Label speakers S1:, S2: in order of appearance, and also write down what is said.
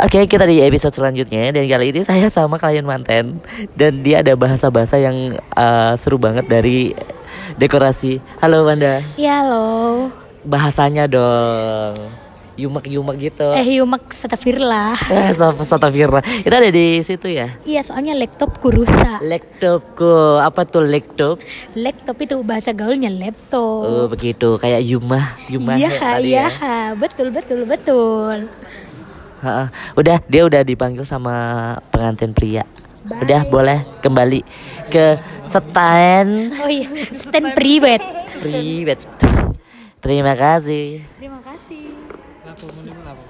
S1: Oke, kita di episode selanjutnya dan kali ini saya sama klien manten dan dia ada bahasa-bahasa yang eh, seru banget dari dekorasi. Halo Wanda,
S2: Ya lo,
S1: bahasanya dong. Yumak-yumak gitu.
S2: eh yumak setafirlah.
S1: Eh, Astaga, Astagfirullah. Itu ada di situ ya.
S2: Iya soalnya laptopku rusak.
S1: Laptopku, apa tuh laptop?
S2: Laptop itu bahasa gaulnya laptop.
S1: Oh, begitu, kayak Yumah, Yumah
S2: Iya,
S1: ya tadi
S2: iya,
S1: ya.
S2: betul, betul, betul.
S1: Ha-ha. Udah, dia udah dipanggil sama pengantin pria. Udah, boleh kembali ke stand
S2: Oh iya, stand private.
S1: private. Terima kasih.
S2: Terima kasih.
S3: Lapo muni lapo.